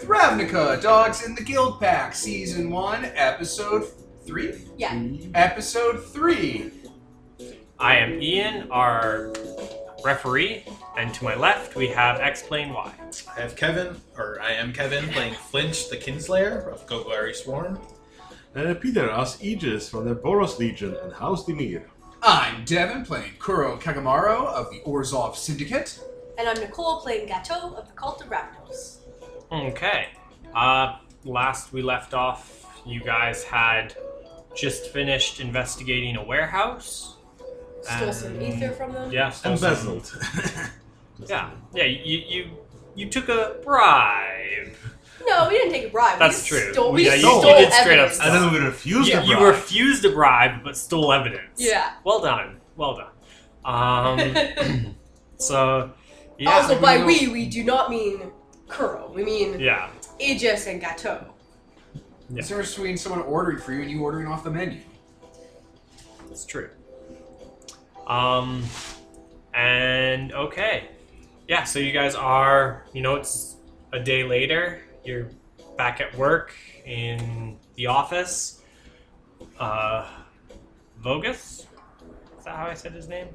Ravnica, Dogs in the Guild Pack, Season 1, Episode 3? Yeah. Episode 3. I am Ian, our referee, and to my left we have Explain Why. I have Kevin, or I am Kevin, playing Flinch the Kinslayer of Gogolari Swarm. Uh, Peter as Aegis from the Boros Legion and House Dimir. I'm Devin playing Kuro Kagamaro of the Orzov Syndicate. And I'm Nicole playing Gato of the Cult of Rakdos. Okay. Uh, last we left off, you guys had just finished investigating a warehouse. Stole Um, some ether from them. Yeah. stole some- Embezzled. Yeah. Yeah. You you you took a bribe. No, we didn't take a bribe. That's we true. Stole, We- we yeah, you- you stole did straight up evidence. steal. and then we refused You, the you bribe. refused a bribe but stole evidence. Yeah. Well done. Well done. Um, so, yeah. also, by we- we, we do not mean Kuro. We mean yeah. Aegis and Gato. Yeah. It's the difference between someone ordering for you and you ordering off the menu. It's true. Um, and okay, yeah. So you guys are, you know, it's a day later. You're back at work in the office. Uh, Vogus. Is that how I said his name?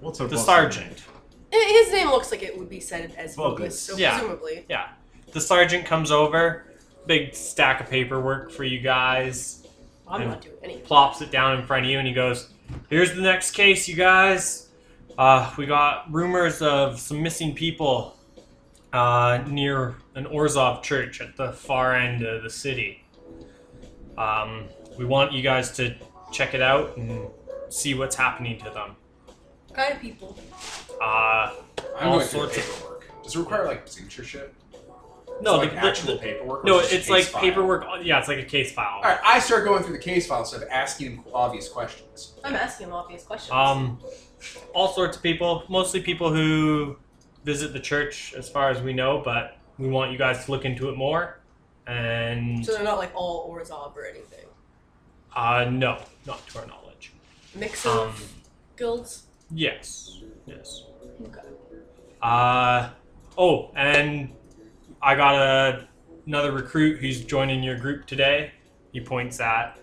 What's our The boss sergeant. I- His name looks like it would be said as Bogus. Bogus, so Yeah. presumably. Yeah. The sergeant comes over. Big stack of paperwork for you guys. I'm And- not doing anything. plops it down in front of you and he goes, Here's the next case, you guys. Uh, we got rumors of some missing people uh, near an Orzov church at the far end of the city. Um, we want you guys to check it out and see what's happening to them. What kind of people? Uh, I'm All going through the sorts of- paperwork. Does it require like signature shit? no, Is it, the- like the- actual the- paperwork. or no, is it just it's like case file? paperwork. Yeah, it's like a case file. All right, I start going through the case file instead of asking him obvious questions. I'm asking him obvious questions. Um, all sorts of people, mostly people who visit the church, as far as we know. But we want you guys to look into it more. And so they're not like all Orzov or anything. uh, no, not to our knowledge. Mix of Um, guilds. yes, yes. Okay. Uh, oh, and I got a, another recruit who's joining your group today. He points at.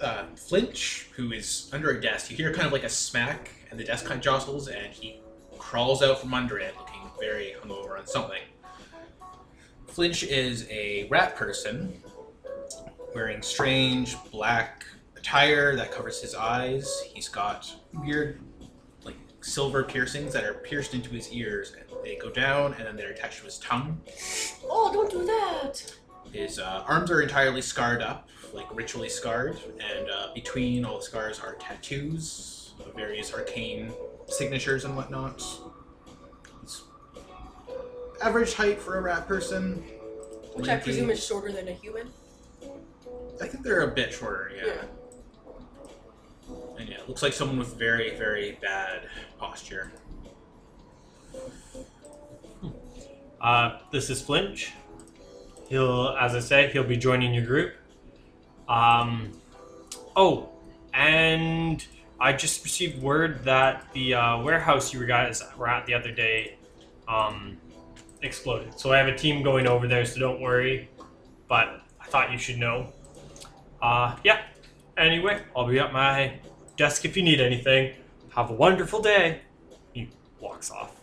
Uh, Flinch, who is under a desk, you hear kind of like a smack, and the desk kind of jostles, and he crawls out from under it, looking very hungover on something. Flinch is a rat person, wearing strange black attire that covers his eyes. He's got weird, like silver piercings that are pierced into his ears, and they go down, and then they're attached to his tongue. Oh, don't do that. His uh, arms are entirely scarred up, like ritually scarred, and uh, between all the scars are tattoos of various arcane signatures and whatnot. He's average height for a rat person. Which I Lanky. presume is shorter than a human. I think they're a bit shorter, yeah. And yeah, looks like someone with very, very bad posture. Uh, this is Flinch. He'll, as I said, he'll be joining your group. Um, oh, and I just received word that the uh, warehouse you guys were at the other day um, exploded. So I have a team going over there, so don't worry. But I thought you should know. Uh, yeah. Anyway, I'll be at my desk if you need anything. Have a wonderful day. He walks off.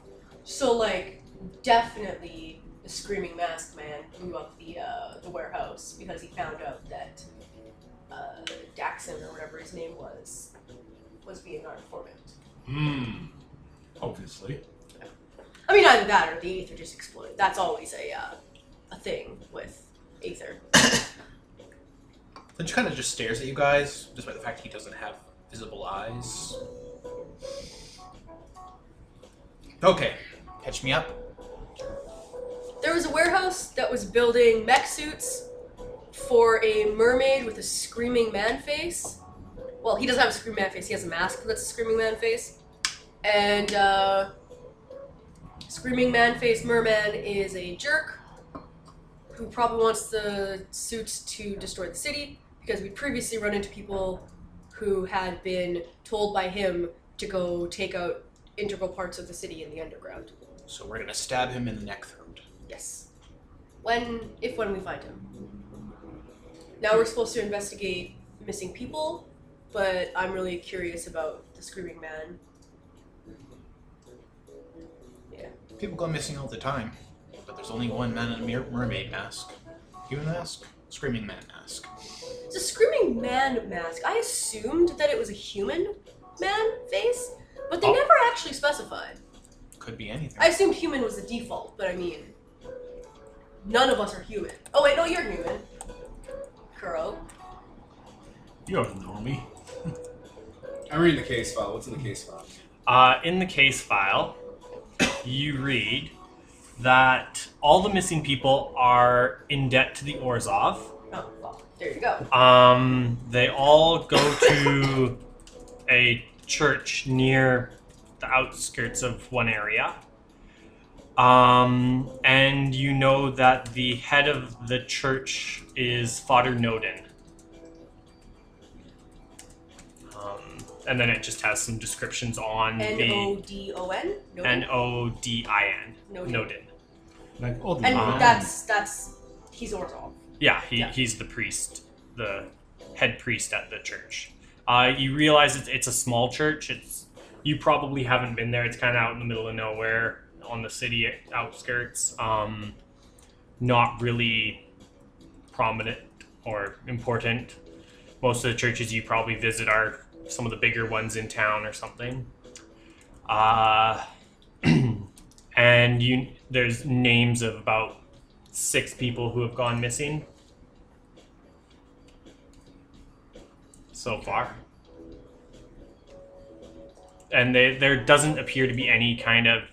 So like definitely the screaming mask man blew up the uh, the warehouse because he found out that uh, Daxon or whatever his name was was being our informant. Hmm. Obviously. I mean either that or the ether just exploded. That's always a uh, a thing with ether. Lynch kind of just stares at you guys, despite the fact he doesn't have visible eyes. Okay, catch me up. There was a warehouse that was building mech suits for a mermaid with a screaming man face. Well, he doesn't have a screaming man face, he has a mask that's a screaming man face. And uh, screaming man face merman is a jerk who probably wants the suits to destroy the city because we previously run into people who had been told by him to go take out integral parts of the city in the underground. So we're gonna stab him in the neck throat. Yes. when if when we find him. Now we're supposed to investigate missing people, but I'm really curious about the screaming man. People go missing all the time, but there's only one man in a mer- mermaid mask. Human mask? Screaming man mask. It's a screaming man mask. I assumed that it was a human man face, but they Oh. never actually specified. Could be anything. I assumed human was the default, but I mean, none of us are human. Oh wait, no, you're human, Kuro. You're a normie. I'm reading the case file. What's in the case file? Uh, in the case file, you read that all the missing people are in debt to the Orzov. Oh, well, there you go. Um, they all go to a church near the outskirts of one area. Um, and you know that the head of the church is Fodder Noden. Um, and then it just has some descriptions on N O the D O N. No. N O D I N. Noden. Noden. Like all the And Ah. that's that's he's Orzhov. Yeah, he, Yeah. he's the priest, the head priest at the church. Uh, you realize it's, it's a small church. It's you probably haven't been there. It's kind of out in the middle of nowhere, on the city outskirts. Um, not really prominent or important. Most of the churches you probably visit are some of the bigger ones in town or something. Uh, and you there's names of about six people who have gone missing so far. And they, there doesn't appear to be any kind of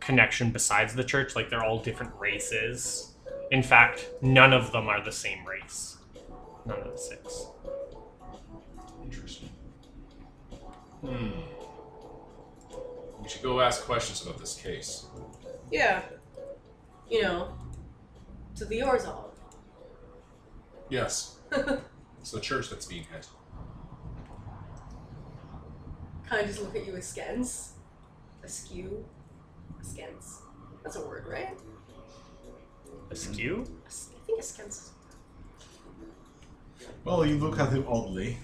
connection besides the church. Like they're all different races. In fact, none of them are the same race. None of the six. Interesting. Hmm. We should go ask questions about this case. Yeah. You know, to the Orzhov. Yes. It's the church that's being hit. kind of just look at you askance, askew, askance. That's a word, right? Askew? As- I think askance. is- Well, you look at him oddly.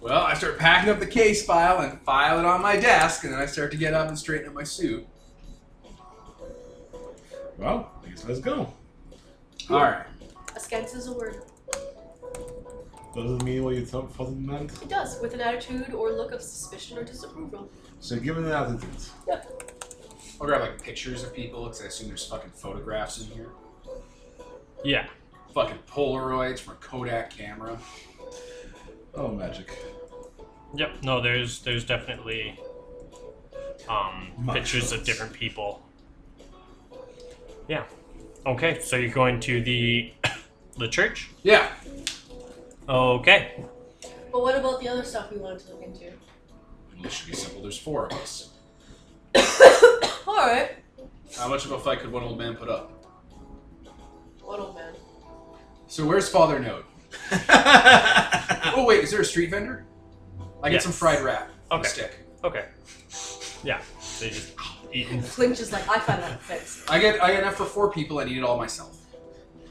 Well, I start packing up the case file and file it on my desk, and then I start to get up and straighten up my suit. Well, I guess let's go. All right. Askance is a word. Doesn't mean what you thought thought it meant. It does with an attitude or look of suspicion or disapproval. So give it an attitude. I'll grab like pictures of people because I assume there's fucking photographs in here. Yeah. Fucking Polaroids from a Kodak camera. Oh, magic. Yep. No, there's there's definitely um, pictures of Mushrooms. different people. Yeah. Okay, so you're going to the the church? Yeah. Okay. But what about the other stuff we wanted to look into? This should be simple. There's four of us. All right. How much of a fight could one old man put up? What old man? So where's Father Node? Oh wait, is there a street vendor? I get Yes. some fried wrap. on a Okay. Stick. Okay. Yeah. They just eating. Flint is like I find that offensive, I get I get enough for four people. I need it all myself.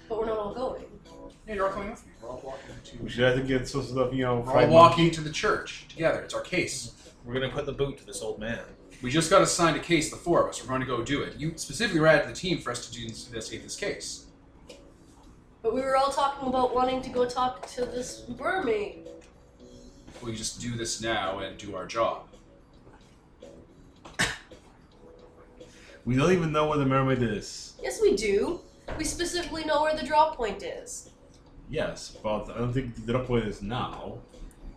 but we're not all going. Yeah, you're all coming with me. We're all walking We to. should have to get some sort of, you know, We're all walking to the church together. It's our case. We're gonna put the boot to this old man. We just got assigned a case. The four of us. We're going to go do it. You specifically were added to the team for us to do this, investigate this case. But we were all talking about wanting to go talk to this mermaid. We just do this now and do our job. We don't even know what the mermaid is. Yes, we do. We specifically know where the drop point is. Yes, but I don't think the drop point is now.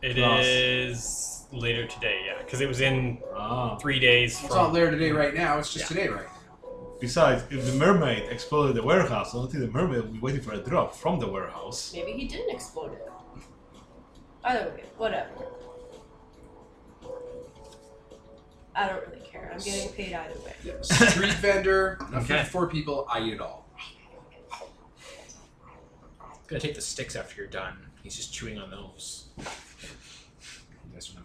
It Ross. is later today. Yeah, because it was in Ah. three days It's not from. there today, right now. It's just today, right? Besides, if the mermaid exploded the warehouse, I don't think the mermaid will be waiting for a drop from the warehouse. Maybe he didn't explode it. Either way, whatever. I don't really care. I'm getting paid either way. Yeah. Street vendor. Enough Okay. for four people. I eat it all. Gonna take the sticks after you're done. He's just chewing on those. You guys don't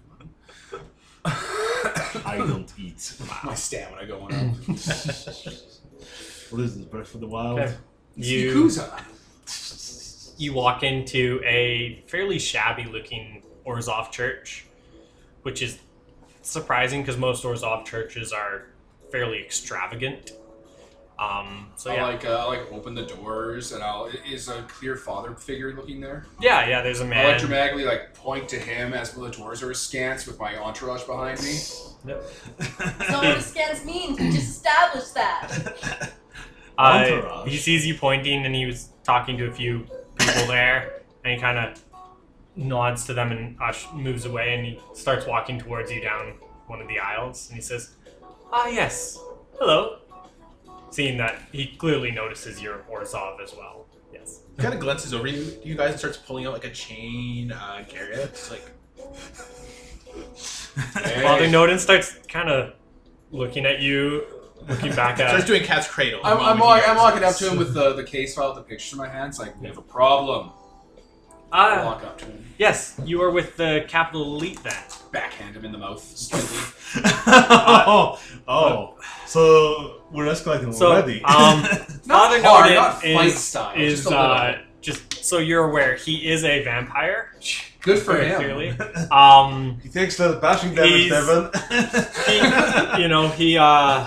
have money? I don't eat. My stamina going up. What is this, Breath of the Wild? Okay. It's You Yakuza. you walk into a fairly shabby looking Orzov church, which is surprising because most Orzov churches are fairly extravagant. Um, so I yeah, like uh, I like open the doors and I'll i- is a clear father figure looking there. yeah, yeah. There's a I like man. dramatically like point to him as the doors are askance with my entourage behind me. That's not what a scans means. We just established that. Uh, Entourage. he sees you pointing, and he was talking to a few people there, and he kind of nods to them and ush- moves away, and he starts walking towards you down one of the aisles, and he says, "Ah, yes, hello." Seeing that he clearly notices your Orzov as well. Yes. kind of glances over you, you guys and starts pulling out like a chain uh, Garia. It's like Hey, Father Noden starts kind of looking at you, looking back starts at. doing cat's cradle. I'm, along I'm, with walk- you I'm guys. walking up to him with the, the case file with the pictures in my hands. Like, we have a problem. I Ah, walk up to him, yes, you are with the capital elite then. backhand him in the mouth. slightly. oh, oh. So we're escalating So, already. um, Not Father hard, Noden not fight is- style. is just a little. uh, just so you're aware, he is a vampire. Good for very him. Clearly, um, he takes the bashing damage, He's- Devin. he, you know he uh,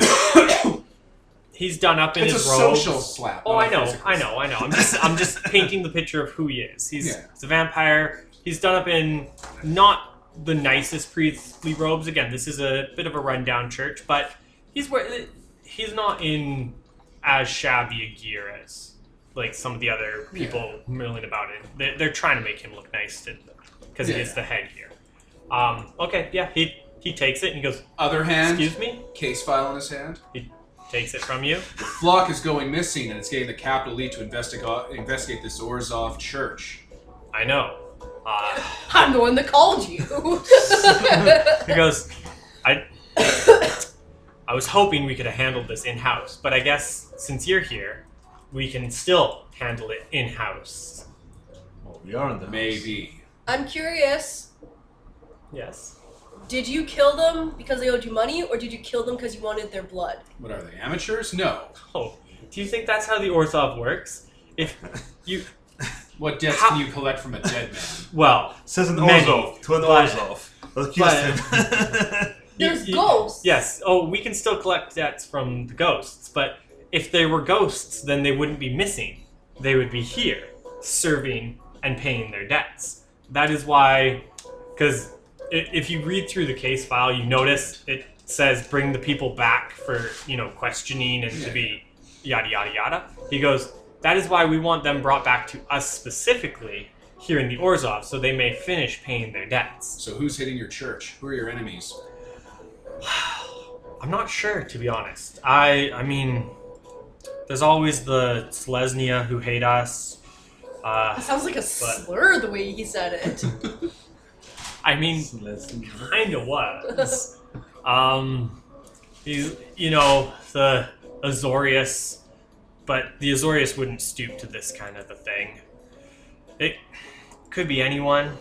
he's done up in It's a his robe. social slap. Oh, not I a know, physical I know, I know. I'm just I'm just painting the picture of who he is. He's, Yeah. he's a vampire. He's done up in not the nicest priestly robes. Again, this is a bit of a rundown church, but he's wear- he's not in as shabby a gear as like some of the other Yeah. people milling about it. They're, they're trying to make him look nice to because Yeah. he is the head here. Um, okay, yeah, he he takes it and he goes, slap. Other hand, "Excuse me," case file in his hand. takes it from you. The flock is going missing, and it's getting the capital elite to investigate investigate this Orzov church. I know. Uh, I'm the one that called you. He goes, I, I was hoping we could have handled this in house, but I guess since you're here, we can still handle it in house. Well, Oh, we are in the house. Maybe. I'm curious. Yes. Did you kill them because they owed you money, or did you kill them because you wanted their blood? What are they? Amateurs? No. Oh, do you think that's how the Orthov works? If you, What debts How- can you collect from a dead man? well, Says an Many. Orzov to an But- Orzov. Accused him. you- There's you- ghosts. Yes. Oh, we can still collect debts from the ghosts, but if they were ghosts, then they wouldn't be missing. They would be here, serving and paying their debts. That is why, because if you read through the case file, you notice it says bring the people back for you know questioning and to be yada yada yada. He goes. That is why we want them brought back to us specifically here in the Orzov, so they may finish paying their debts. So who's hitting your church? Who are your enemies? I'm not sure, to be honest. I I mean, there's always the Selesnya who hate us. Uh, That sounds like a slur the way he said it. I mean, kind of was. um, he's you know the Azorius, but the Azorius wouldn't stoop to this kind of a thing. It could be anyone.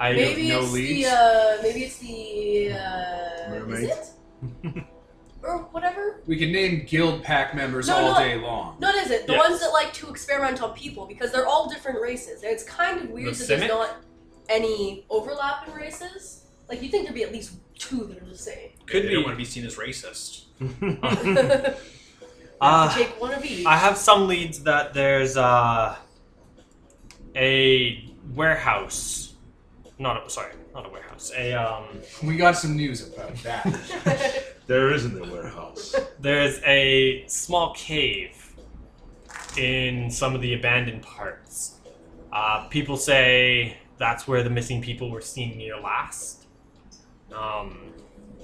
I maybe no it's leads? the uh, maybe it's the uh, Mermaid. Is it? or whatever. We can name guild pack members No, all no. day long. No, it isn't. The Yes. ones that like to experiment on people because they're all different races. And it's kind of weird The that there's Simic? not any overlap in races. Like you'd think there'd be at least two that are the same. Could they be. don't want to be seen as racist. Ah. Take one of each. Oh. I have some leads that there's uh, a warehouse, not a, sorry, not a warehouse. A um, We got some news about that. There isn't a warehouse. there's a small cave in some of the abandoned parts. Uh, people say that's where the missing people were seen near last. Um,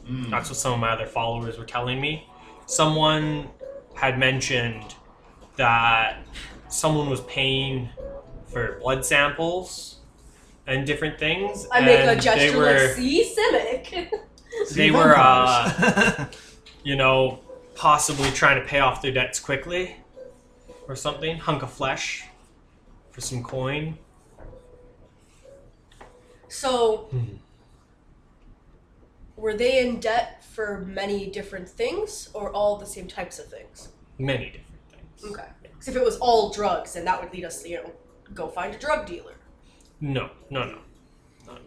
Hmm. That's what some of my other followers were telling me. Someone had mentioned that someone was paying for blood samples and different things. I make and a They gesture were, like, see, Simic. They were, uh, you know, possibly trying to pay off their debts quickly or something. Hunk of flesh for some coin. so, were they in debt for many different things or all the same types of things? Many different things. Okay. 'Cause if it was all drugs, then that would lead us to, you know, go find a drug dealer. No, no, no.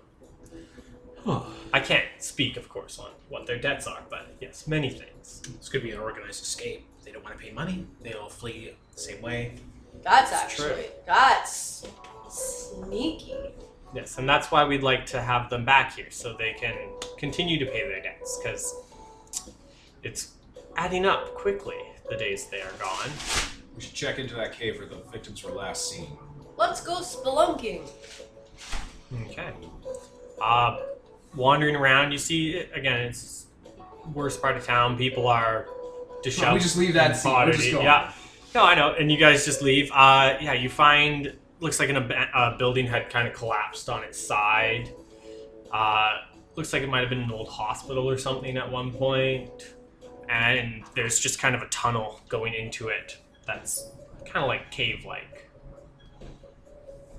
Huh. I can't speak, of course, on what their debts are, but yes, many things. This could be an organized escape. They don't want to pay money. They all flee the same way. That's That's true. actually, that's sneaky. Yes, and that's why we'd like to have them back here so they can continue to pay their debts because it's adding up quickly the days they are gone. We should check into that cave where the victims were last seen. Let's go spelunking. Okay. Uh, wandering around, you see again. It's worst part of town. People are disheveled. we just leave that and scene. We're just pottery. going. Yeah. No, I know. And you guys just leave. Uh, yeah. You find looks like an ab- uh, building had kind of collapsed on its side. Uh, looks like it might have been an old hospital or something at one point. And there's just kind of a tunnel going into it that's kind of like cave-like.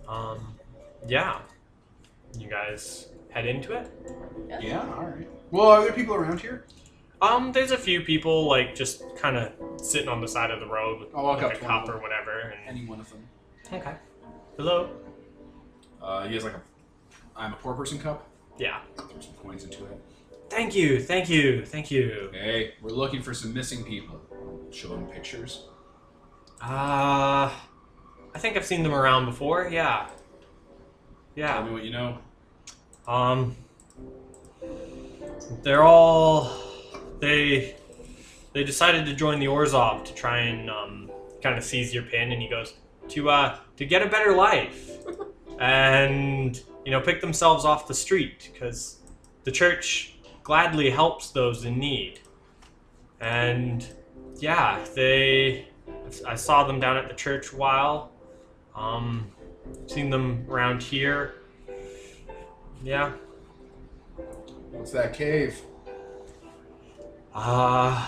Um, yeah. You guys head into it? Yeah, alright. Well, are there people around here? Um, there's a few people like just kind of sitting on the side of the road with I'll walk up like to a one of cup them. or whatever. And, Any one of them. okay. Hello. Uh, he has like a I'm a poor person cup. Yeah. There's some coins into it. Thank you. Thank you. Thank you. Hey, we're looking for some missing people. Show them pictures. Uh, I think I've seen them around before. Yeah. Tell Yeah. me what you know. Um, they're all they they decided to join the Orzov to try and um, kind of seize your pin, and he goes to uh, to get a better life and you know pick themselves off the street because the church gladly helps those in need. And yeah, they I saw them down at the church a while. Um, seen them around here. Yeah. What's that cave? Uh,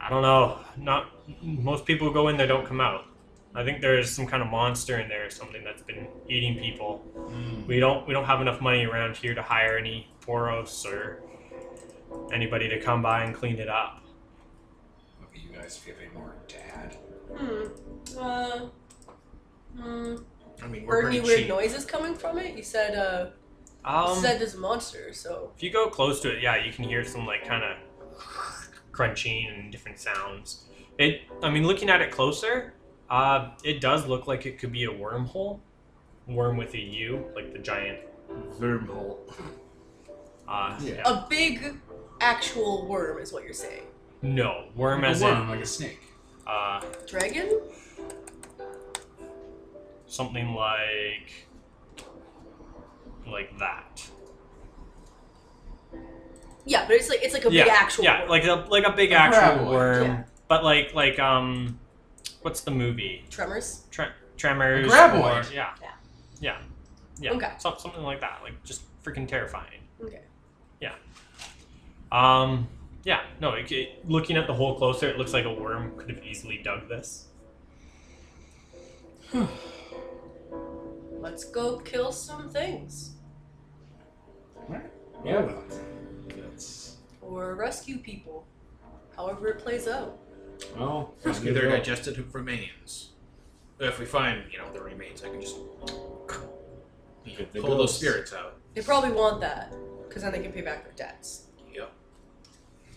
I don't know. Not most people go in, they don't come out. I think there's some kind of monster in there or something that's been eating people. Hmm. We don't we don't have enough money around here to hire any poros or anybody to come by and clean it up. Look at you guys if you have any more dad. Hmm. Uh, hmm. I mean, we're Heard any pretty weird cheap. noises coming from it? You said, uh, you Um, said there's a monster, so. if you go close to it, yeah, you can hear some like kind of crunching and different sounds. It I mean, looking at it closer, uh, it does look like it could be a wormhole, worm with a U, like the giant Wormhole. Uh, Yeah. yeah. A big actual worm is what you're saying. No, worm Like as a worm, in like a snake. uh, Dragon? something like like that. Yeah, but it's like it's like a yeah, big actual yeah, worm. like a like a big A actual parabola, worm, yeah. but like like um, what's the movie? Tremors? Tre- Tremors. A graboid. or- yeah. Yeah. Yeah. Yeah. Okay. Some- something like that. Like just freaking terrifying. Okay. Yeah. Um. Yeah. No. It, it- looking at the hole closer, it looks like a worm could have easily dug this. Let's go kill some things. Yeah. That's. Or rescue people. However it plays out. Well, Rescue their digested remains. If we find, you know, the remains, I can just you know, Get the pull those ghosts. spirits out. They probably want that, because then they can pay back their debts. Yep.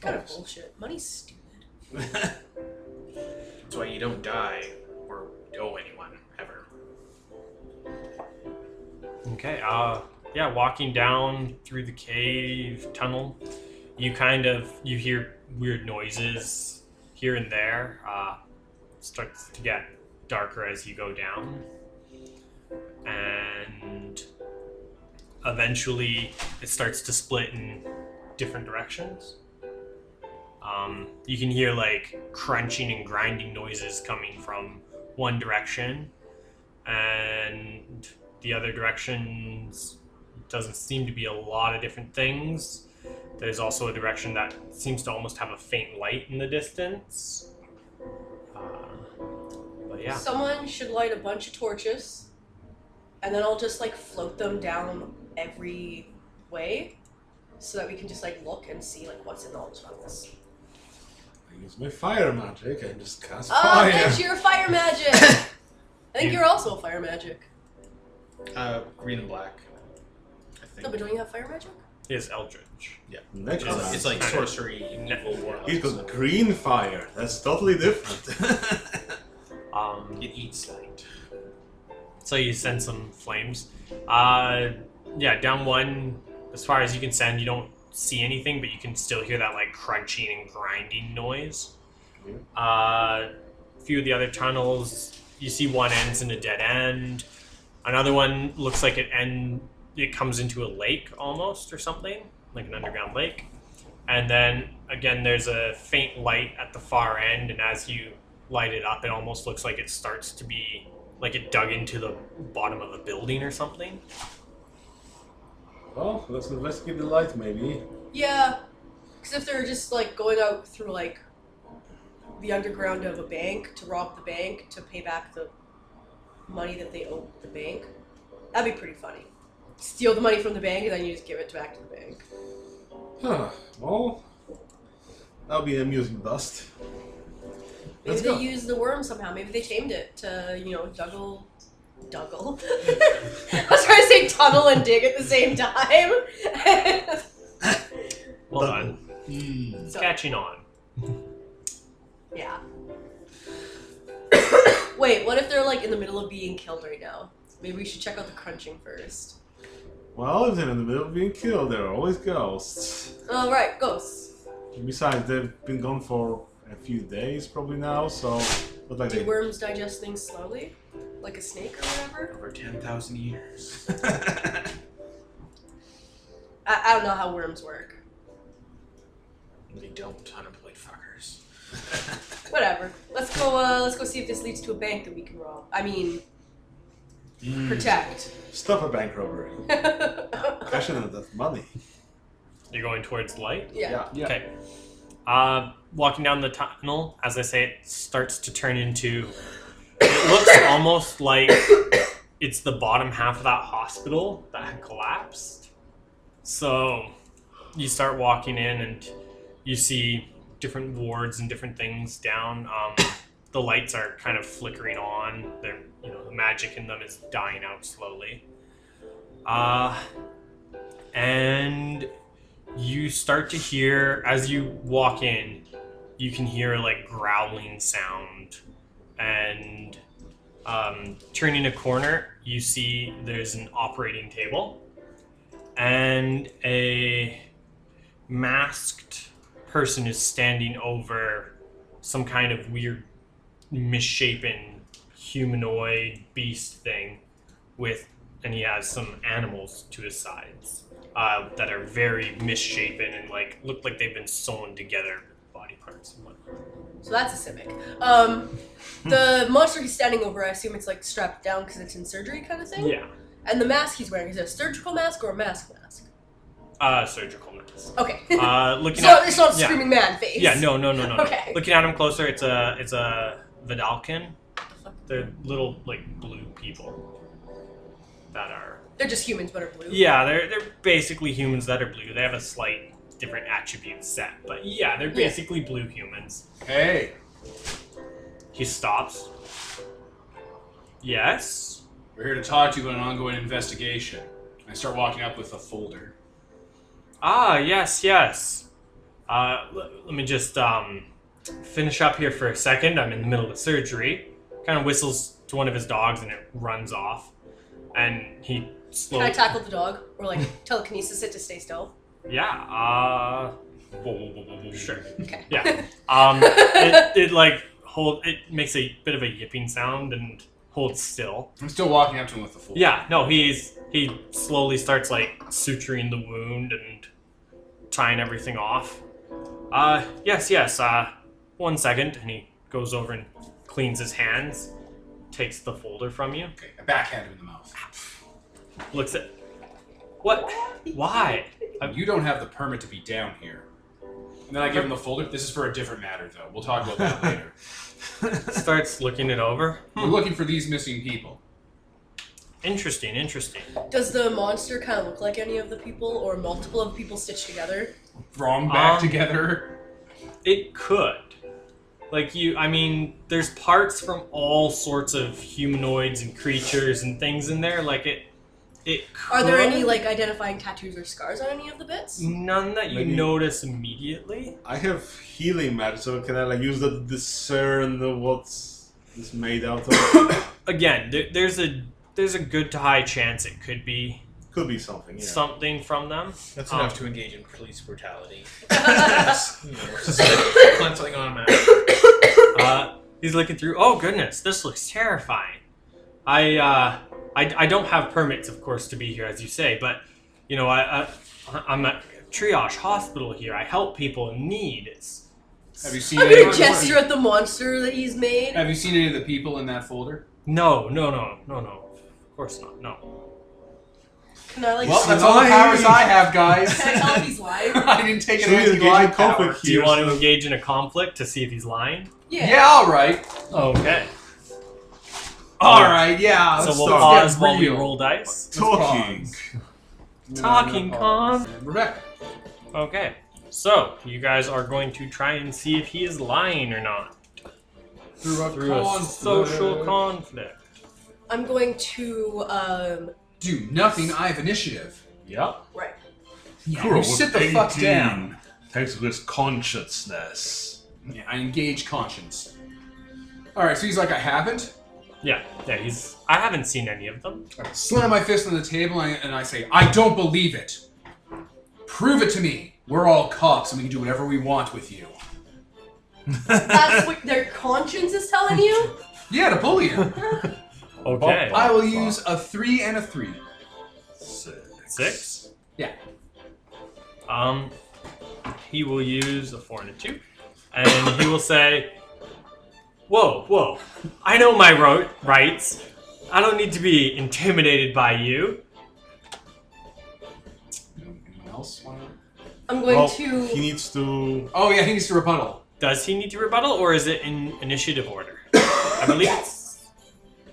Kind of Yes. bullshit. Money's stupid. That's why you don't die or owe anyone ever. Okay. Uh, yeah, walking down through the cave tunnel, you kind of you hear weird noises here and there. Uh, starts to get darker as you go down, and eventually it starts to split in different directions. Um, you can hear like crunching and grinding noises coming from one direction, and the other directions doesn't seem to be a lot of different things. There's also a direction that seems to almost have a faint light in the distance. Uh, but yeah, Someone should light a bunch of torches, and then I'll just like float them down every way, so that we can just like look and see like what's in all the bottles. I use my fire magic and just cast Ah, fire. Mitch, you're fire magic. I think you're also fire magic. Uh, green and black. I No, think. but don't you have fire magic? He has Eldritch. It's, Next round. it's uh, like sorcery, evil warlock. He's got green fire. That's totally different. Um, It eats light. so you send some flames. Uh, yeah, down one. As far as you can send, you don't see anything, but you can still hear that like crunching and grinding noise. Uh, a few of the other tunnels, you see one ends in a dead end. Another one looks like it end. It comes into a lake almost, or something like an underground lake. And then again, there's a faint light at the far end, and as you light it up, it almost looks like it starts to be like it dug into the bottom of a building or something. well, let's investigate the light, maybe. Yeah, because if they're just like going out through like the underground of a bank to rob the bank to pay back the money that they owe the bank, that'd be pretty funny. Steal the money from the bank and then you just give it back to the bank. Huh. Well, that'll be an amusing bust. Maybe Let's they go. used the worm somehow. Maybe they tamed it to, you know, duggle. Duggle. I was trying to say tunnel and dig at the same time. Well done. Hmm. It's So- catching on. Yeah. Wait, what if they're like in the middle of being killed right now? Maybe we should check out the crunching first. Well, if they're in the middle of being killed, there are always ghosts. All right, ghosts. Besides, they've been gone for a few days probably now, so not like Do they. worms digest things slowly, like a snake or whatever? Over 10,000 years. I, I don't know how worms work. they don't, unemployed fuckers. Whatever. Let's go. Uh, let's go see if this leads to a bank that we can rob. I mean, Hmm. protect. Stop a bank robbery. I yeah. shouldn't have that money. You're going towards light. Yeah. Okay. Uh, walking down the tunnel, as I say, it starts to turn into. It looks almost like it's the bottom half of that hospital that had collapsed. So you start walking in and you see different wards and different things down. Um, the lights are kind of flickering on. They're, you know, the magic in them is dying out slowly. Uh, and you start to hear as you walk in you can hear like growling sound and um, turning a corner you see there's an operating table and a masked person is standing over some kind of weird misshapen humanoid beast thing with and he has some animals to his sides uh, that are very misshapen and like look like they've been sewn together with body parts and whatnot. So that's a Civic. Um, the monster he's standing over, I assume it's like strapped down because it's in surgery kind of thing. Yeah, And the mask he's wearing is it a surgical mask or a mask mask? uh, surgical mask. Okay. Uh, looking so at it's not a yeah. screaming man face. yeah, no, no, no, no. no. Okay. Looking at him closer, it's a it's a Vidalkin. They're little like blue people that are They're just humans, but are blue. yeah they're they're basically humans that are blue. They have a slight different attribute set, but yeah, they're Yeah. basically blue humans. Hey, He stops. Yes. we're here to talk to you about an ongoing investigation. I start walking up with a folder. Ah, yes, yes. Uh, l- let me just um, finish up here for a second. I'm in the middle of surgery. Kind of whistles to one of his dogs and it runs off. And he Can slowly. I tackle the dog or like telekinesis it to stay still? yeah, uh. Sure. Okay. Yeah. Um, it, it like hold. It makes a bit of a yipping sound and holds still. I'm still walking up to him with the folder. Yeah, no, he's he slowly starts like suturing the wound and tying everything off. Uh yes, yes, uh one second, and he goes over and cleans his hands, takes the folder from you, Okay, I backhand him in the mouth. looks at What why? You don't have the permit to be down here. And then I give him the folder. This is for a different matter, though. We'll talk about that later. Starts looking it over. Hmm, We're looking for these missing people. Interesting, interesting. Does the monster kind of look like any of the people, or multiple of the people stitched together? Wrong back Um, together. It could. Like you I mean, there's parts from all sorts of humanoids and creatures and things in there. Like it it could Are there any Uh, like identifying tattoos or scars on any of the bits? none that you Maybe- notice immediately? I have healing magic, so can I like use that to discern what's this made out of? Again, there, there's a there's a good to high chance it could be Could be something. Yeah. something from them. That's Um, enough to engage in police brutality. That's, you know, just plant something on a map. Uh, he's looking through. Oh goodness, this looks terrifying. I, uh, I, I don't have permits, of course, to be here, as you say. But you know, I, I I'm at triage hospital here. I help people in need. It's Have you seen I'm any gonna gesture at the monster that he's made. Have you seen any of the people in that folder? no, no, no, no, no. Of course not. No. Can I like? Well, Well, that's all the Slime. powers I have, guys. can I tell if he's lying? I didn't take Should an we engage in anti-glide power. conflict Do you here? want to engage in a conflict to see if he's lying? Yeah. all right. Oh. Okay. All right, yeah. So let's we'll start. pause Get while we real. roll dice. Let's Talking. pause. Talking We're gonna con. pause. Rebecca. Okay. So you guys are going to try and see if he is lying or not Through a, through a social conflict. I'm going to um. Do nothing. I have initiative. Yeah. Right. Yeah, Kuro you with sit the fuck 18, down. Thanks to his consciousness. Yeah, I engage conscience. All right, so he's like, I haven't. Yeah, yeah, he's. I haven't seen any of them. I slam my fist on the table and I, and I say, I don't believe it. Prove it to me. We're all cops and we can do whatever we want with you. That's what their conscience is telling you. Yeah, to bully him. Okay. I will use a three and a three. Six. Yeah. Um, he will use a four and a two, and he will say, "Whoa, whoa! I know my ro- rights. I don't need to be intimidated by you." Anyone else want to? I'm going well, to. He needs to. Oh yeah, he needs to rebuttal. Does he need to rebuttal, or is it in initiative order? I believe it's.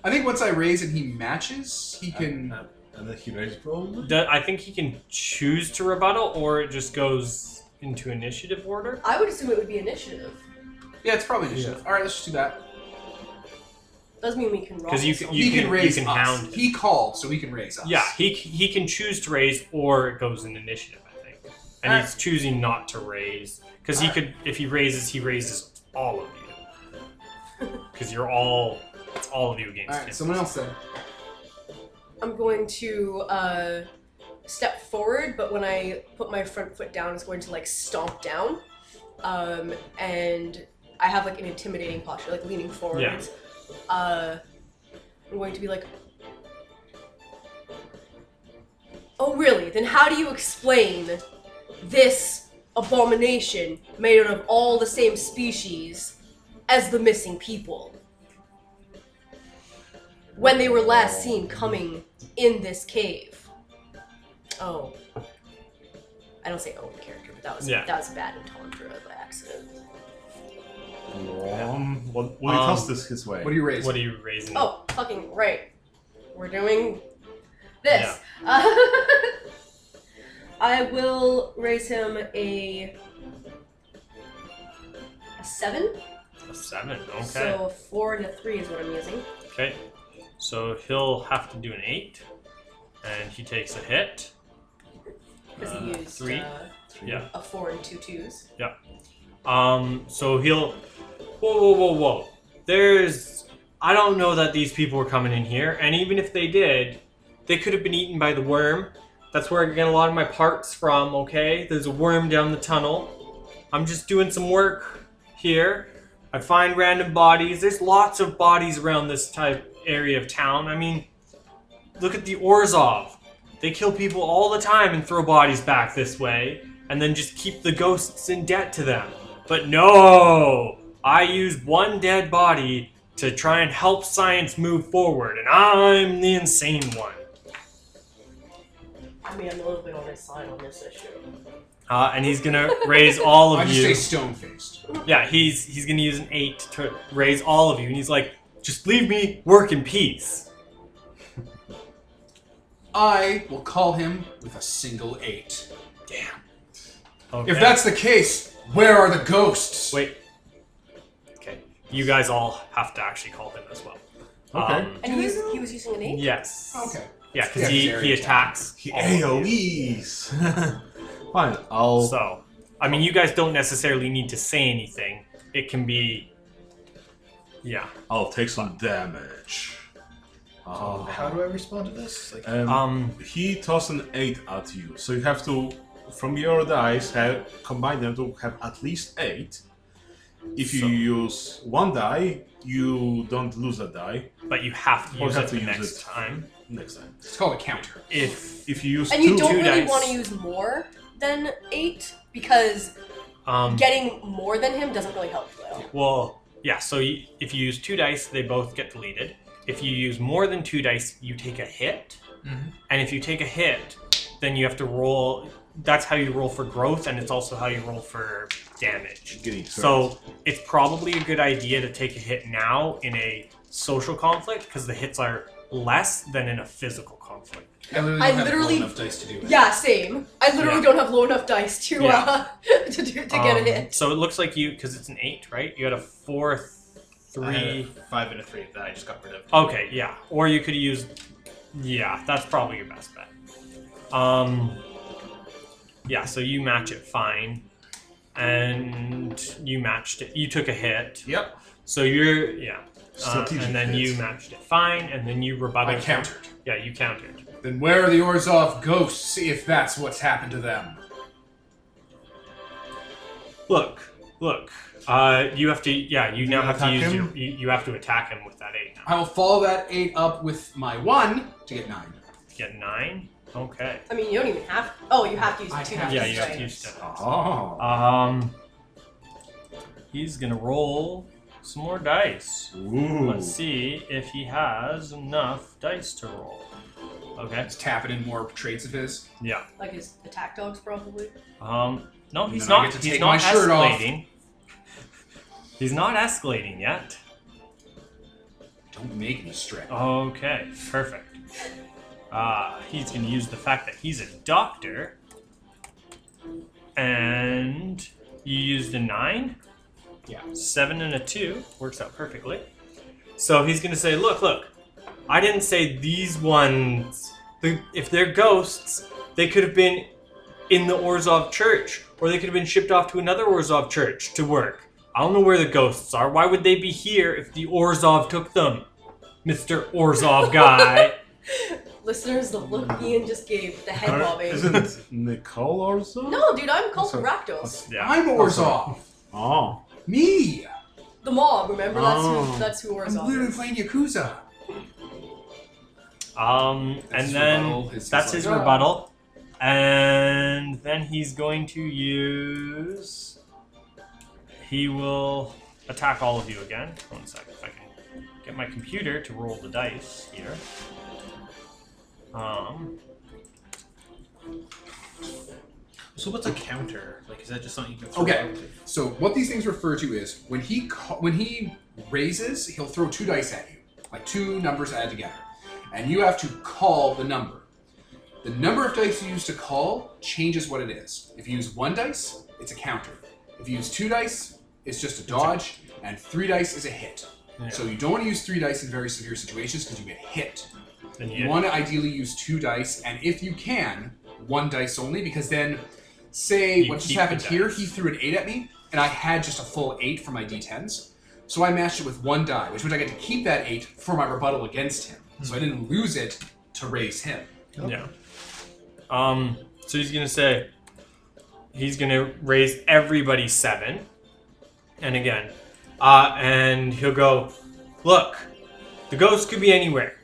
I think once I raise and he matches, he can. Uh, And then he raises probably. do- I think he can choose to rebuttal, or it just goes into initiative order. I would assume it would be initiative. Yeah, it's probably initiative. All right, let's just do that. Doesn't mean we can roll. Because you this can, one. you he can, can, raise you can us. hound. him. He called, so he can raise us. Yeah, he he can choose to raise or it goes in initiative, I think. And Uh. he's choosing not to raise because he could if he raises, he raises all of you. Because you're all it's all of you against All right, him. someone else then. I'm going to uh, step forward, but when I put my front foot down, it's going to like stomp down. Um, and I have like an intimidating posture, like leaning forward. Yeah. Uh, I'm going to be like, oh, really? Then how do you explain this abomination made out of all the same species as the missing people? when they were last seen coming in this cave. Oh. I don't say oh in character, but that was Yeah. that was bad in Tundra by accident. Um, what, what he Um, tossed this his way. What do you raise? What are you raising? Oh, fucking right. We're doing this. I will raise him a a seven. A seven. Okay. So a four and a three is what I'm using. okay. So he'll have to do an eight. And he takes a hit. Because Uh, he used three. Uh, Yeah. a four and two twos. Um, so he'll. Whoa, whoa, whoa, whoa. There's. I don't know that these people were coming in here, and even if they did, they could have been eaten by the worm. That's where I get a lot of my parts from, okay? There's a worm down the tunnel. I'm just doing some work here. I find random bodies. There's lots of bodies around this type area of town. I mean, look at the Orzov. They kill people all the time and throw bodies back this way, and then just keep the ghosts in debt to them. But no! I use one dead body to try and help science move forward, and I'm the insane one. I mean, I'm a little bit on his side on this issue. Uh, and he's gonna raise all I of just say you. stone faced. Yeah, he's he's gonna use an eight to raise all of you, and he's like, "Just leave me work in peace." I will call him with a single eight. Damn. Okay. If that's the case, where are the ghosts? wait. Okay. You guys all have to actually call him as well. Okay. Um, And he was, he was using an eight? yes. Okay. Yeah, because Yeah, he, very he attacks. He all Oh, of you. AoEs. Fine, I'll. So, I mean, you guys don't necessarily need to say anything. It can be. Yeah. I'll take some damage. Uh, How do I respond to this? Like, um, Um. he tossed an 8 at you, so you have to, from your dice, have, combine them to have at least 8. If you So- use one die, you don't lose a die But you have to Or use have it to the use next it. time. next time. It's called a counter. If If you use And you 2 don't two really dice. want to use more than eight because um. getting more than him doesn't really help you at all. Well, yeah. So you, if you use two dice, they both get deleted. If you use more than two dice, you take a hit. Mm-hmm. Mhm. And if you take a hit, then you have to roll. That's how you roll for growth, and it's also how you roll for damage. Getting So it's probably a good idea to take a hit now in a social conflict because the hits are less than in a physical conflict. I literally, I don't have literally- enough dice to do it. Yeah, same. I literally Yeah. don't have low enough dice to uh, to, do, to get Um, a hit. So it looks like you because it's an eight, right? You had a four, th- I had three. a five and a three that I just got rid of. Um, Okay, yeah. Or you could use. Yeah, that's probably your best bet. Um. Yeah, so you match it fine, and you matched it. You took a hit, Yep. so you're yeah, uh, Strategic and then hit. you matched it fine, and then you I rebutted. countered. Yeah, you countered. Then where are the Orzov ghosts if that's what's happened to them? Look, look. Uh, you have to. Yeah, you Do now you have to attack use him? your. You, you have to attack him with that eight now. I will follow that eight up with my one to get nine. Get nine. Okay. I mean, you don't even have. Oh, you have to use I two have dice. to Yeah, you have right? to use ten. Oh. Uh-huh. Um, he's gonna roll some more dice. Ooh. Let's see if he has enough dice to roll. Okay. Let's tap it in more traits of his. Yeah. Like his attack dogs, probably. Um. No, And he's then I not. get to He's take not my shirt off. escalating. he's not escalating yet. Don't make me strip. Oh, Okay, perfect. Uh, he's going to use the fact that he's a doctor. And you used a nine. Yeah. Seven and a two. Works out perfectly. So he's going to say, look, look, I didn't say these ones. The, if they're ghosts, they could have been in the Orzov church, or they could have been shipped off to another Orzov church to work. I don't know where the ghosts are. Why would they be here if the Orzov took them? Mr. Orzov guy. Listeners, the look Ian just gave, the head Or- bobbing. Isn't Nicole also? No, dude, I'm called Sorry. Rakdos. yeah. I'm Orzov. Oh. Me. The mob, remember? That's Oh. who that's who I'm Orzov literally is. playing Yakuza. Um, That's and his then rebuttal. It's that's just his like, "Oh." rebuttal, and then he's going to use. He will attack all of you again. One sec, if I can get my computer to roll the dice here. Um, So what's a counter? Like, is that just something you can throw Okay. out? So what these things refer to is when he ca- when he raises, he'll throw two dice at you, like two numbers added together, and you have to call the number. The number of dice you use to call changes what it is. If you use one dice, it's a counter. If you use two dice, it's just a dodge, and three dice is a hit. Yeah. So you don't want to use three dice in very severe situations because you get hit. then You you, want to ideally use two dice, and if you can, one dice only, because then, say, You what just keep the happened here, dice. he threw an 8 at me, and I had just a full 8 for my d10s. So I matched it with one die, which meant I get to keep that 8 for my rebuttal against him. So I didn't lose it to raise him. yeah. Um, so he's gonna say he's gonna raise everybody seven, and again, uh, and he'll go, look, the ghosts could be anywhere.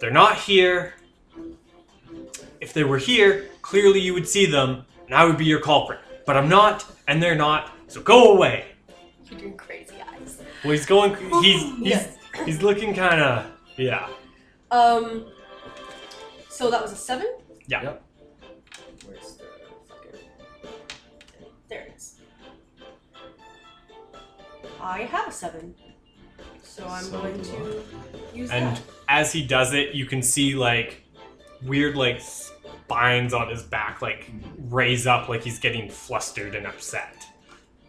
They're not here. If they were here, clearly you would see them, and I would be your culprit. But I'm not, and they're not, so go away. You're doing crazy eyes. Well, he's going. He's he's Yes. he's looking kind of yeah. Um. So that was a seven. Yeah. Yep. Where's the fucker? There it is. I have a seven, so I'm So going do to use And as he does it, you can see like weird like spines on his back like raise up like he's getting flustered and upset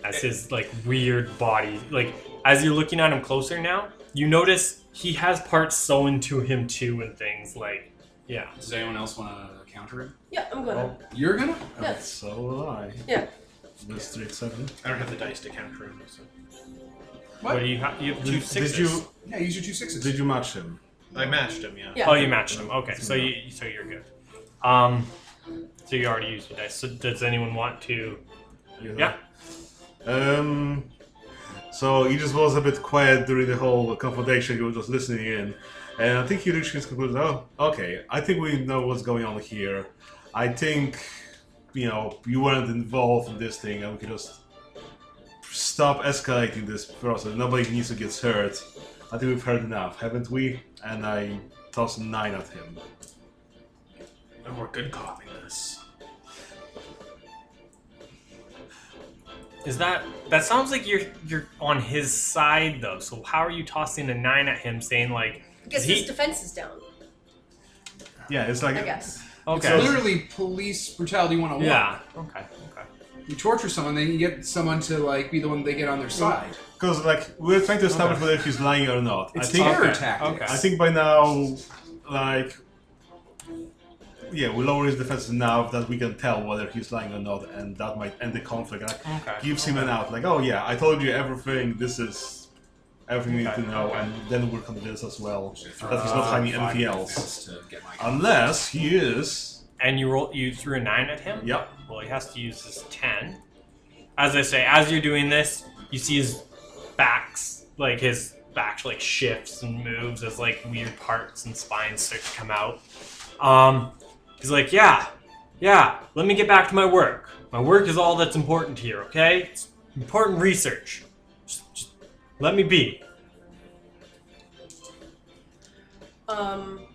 as his like weird body like as you're looking at him closer now you notice he has parts sewn to him too and things like yeah Does anyone else want to counter him? Yeah, I'm going. Oh, You're gonna. Yeah. so will I. Yeah. Mystery seven. I don't have the dice to counter him. So. What? what do you have you have two Did- sixes Did you Yeah, use your two sixes. did you match him? I matched him, yeah. Yeah. oh you matched him okay so you so you're good um so you already used your dice so does anyone want to You yeah Um. So he just was a bit quiet during the whole confrontation. He was just listening in, and I think he reached his conclusion. Oh, okay. I think we know what's going on here. I think, you know, you weren't involved in this thing, and we can just stop escalating this process. Nobody needs to get hurt. I think we've heard enough, haven't we? And I toss nine at him. And we're good copying this. Is that that sounds like you're you're on his side though? So how are you tossing a nine at him, saying like, Gets He- his defenses down, Yeah, it's like I guess. It's okay, literally police brutality 101. yeah, okay, okay, You torture someone, then you get someone to like be the one they get on their side. because like we're trying to establish whether he's lying or not. It's I think terror okay, tactics. okay. I think by now, like, yeah, we lower his defenses enough that we can tell whether he's lying or not, and that might end the conflict. Like, okay. gives him an out, like, oh yeah, I told you everything. This is everything you need Okay, to know, okay. Uh, and then we're convinced as well Should throw that he's out not hiding five anything else, defense to get my- unless he is. And you roll you threw a nine at him. Yep. Well, he has to use his ten. As I say, as you're doing this, you see his backs like his back like shifts and moves as like weird parts and spines start to come out. Um, he's like, yeah, yeah. Let me get back to my work. My work is all that's important here. Okay, it's important research. Just, just let me be. Um,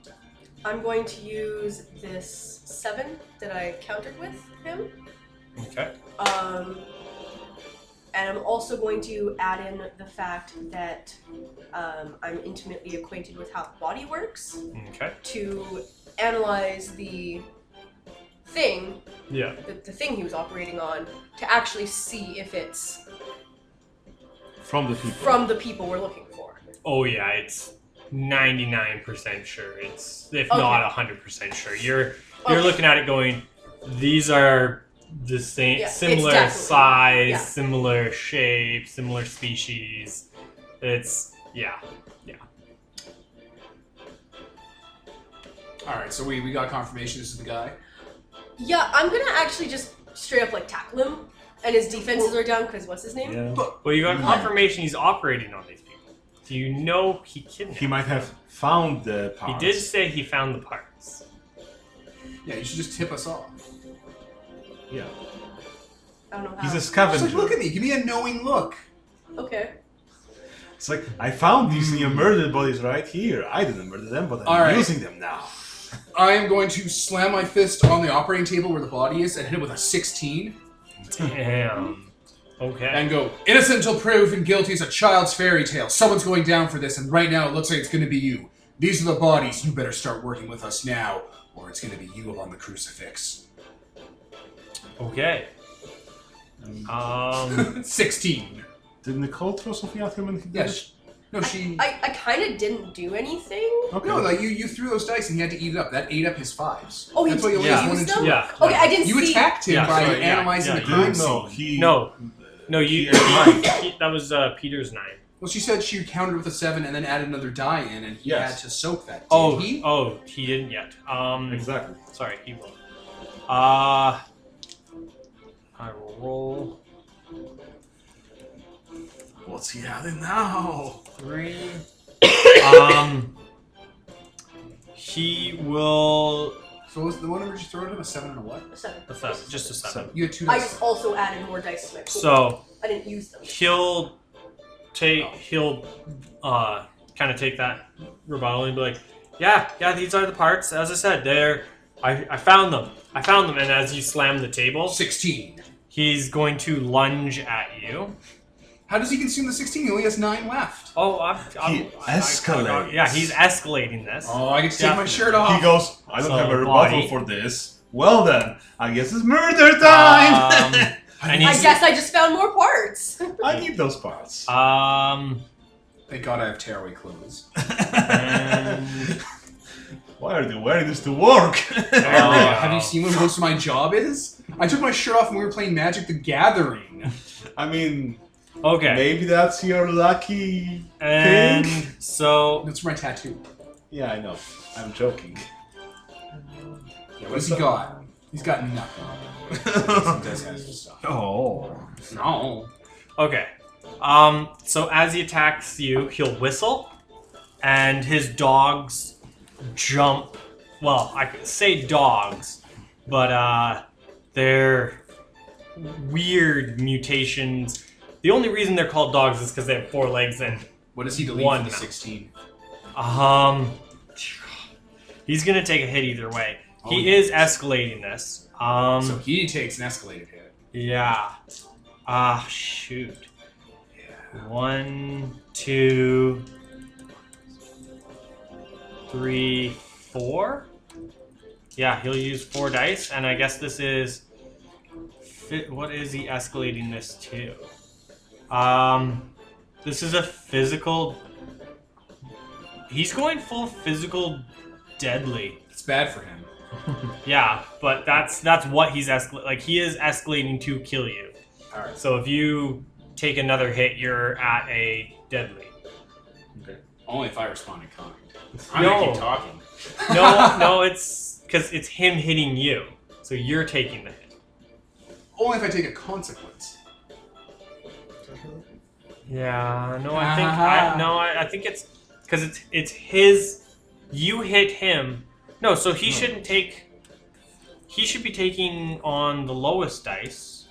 I'm going to use this seven that I countered with him. Okay. Um, and I'm also going to add in the fact that um, I'm intimately acquainted with how the body works Okay. to analyze the thing, Yeah. the, the thing he was operating on, to actually see if it's From the people. from the people we're looking for. Oh yeah, it's ninety nine percent sure. It's if Okay. not hundred percent sure. You're you're Okay. looking at it going, these are the same, Yeah, it's similar definitely- size, yeah. similar shape, similar species. It's yeah, All right, so we, we got confirmation this is the guy. Yeah, I'm gonna actually just straight up like tackle him, and his defenses are down because what's his name? Yeah. well, you got Mhm. confirmation he's operating on these people. Do you know he kidnapped? He might have found the he parts. did say he found the parts. Yeah, you should just tip us off. Yeah. I don't know how. He's a Just scavenger. like, look at me, give me a knowing look. okay. It's like I found these in your murdered bodies right here. I didn't murder them, but I'm All right. using them now. I am going to slam my fist on the operating table where the body is and hit it with a 16 Damn. Okay. and go, innocent until proven guilty is a child's fairy tale. Someone's going down for this, and right now it looks like it's going to be you. These are the bodies. You better start working with us now, or it's going to be you upon the crucifix. Okay. Um. 16. Did Nicole throw something at him and he did Yeah, it? sh- no, Oh, she. I, I kind of didn't do anything. Okay. no, like you, you threw those dice and he had to eat it up. That ate up his fives. Oh, he That's why you only Yeah. have one used and them. two. Yeah. Okay, I didn't You see. attacked him Yeah, by sorry, yeah, analyzing yeah, the you crime scene. no, he No. No, you. He ate he- that was uh, Peter's nine. Well, she said she countered with a seven and then added another die in, and he Yes. had to soak that. Did Oh, he? oh, he didn't yet. Um, Exactly. sorry, he will. Uh, I will roll What's he adding now? three. um, he will. So was the one where you threw at him a seven and a what? Seven. A seven, just a seven. You had two. I dice. just also added more dice to my pool. So I didn't use them. he'll take. He'll uh, kind of take that rebuttal and be like, "Yeah, yeah, these are the parts. As I said, they're. I, I found them. I found them." And as you slam the table, Oh, Sixteen. He's going to lunge at you. How does he consume the 16? He only has 9 left. Oh, I'm, I'm, He I- I- I- escalates. yeah, he's escalating this. Oh, I get to take my Definitely. shirt off. He goes, I don't Ah. So, have a body. rebuttal for this. Well then, I guess it's murder time! Um, and I he's, guess I just found more parts. I need those parts. um, Thank God I have tearaway clothes. and- Why are they wearing this to work? Oh, yeah. Have you seen what most of my job is? I took my shirt off when we were playing Magic the Gathering. I mean, okay, maybe that's your lucky and thing. so That's my tattoo. Yeah, I know. I'm joking. Yeah, what has he got? He's got nothing. He does have some stuff. oh. No. okay, um, so as he attacks you, he'll whistle, and his dogs jump. Well, I could say dogs, but uh, they're weird mutations. The only reason they're called dogs is because they have four legs and What does he delete One. from the 16? Um, he's gonna take a hit either way. Oh, he yeah. is escalating this. Um, so he takes an escalated hit. yeah. Ah, shoot. One, two, three, four. Yeah, he'll use four dice, and I guess this is. Fit, what is he escalating this to? Um, this is a physical. He's going full physical, deadly. It's bad for him. Yeah, but that's that's what he's escal like he is escalating to kill you. Alright. So if you take another hit, you're at a deadly. Only if I respond in kind. I'm No. gonna keep talking. No, no, it's because it's him hitting you, so you're taking the hit. Only if I take a consequence. Yeah, no, I think I, no, I, I think it's because it's it's his. You hit him. No, so he shouldn't take. He should be taking on the lowest dice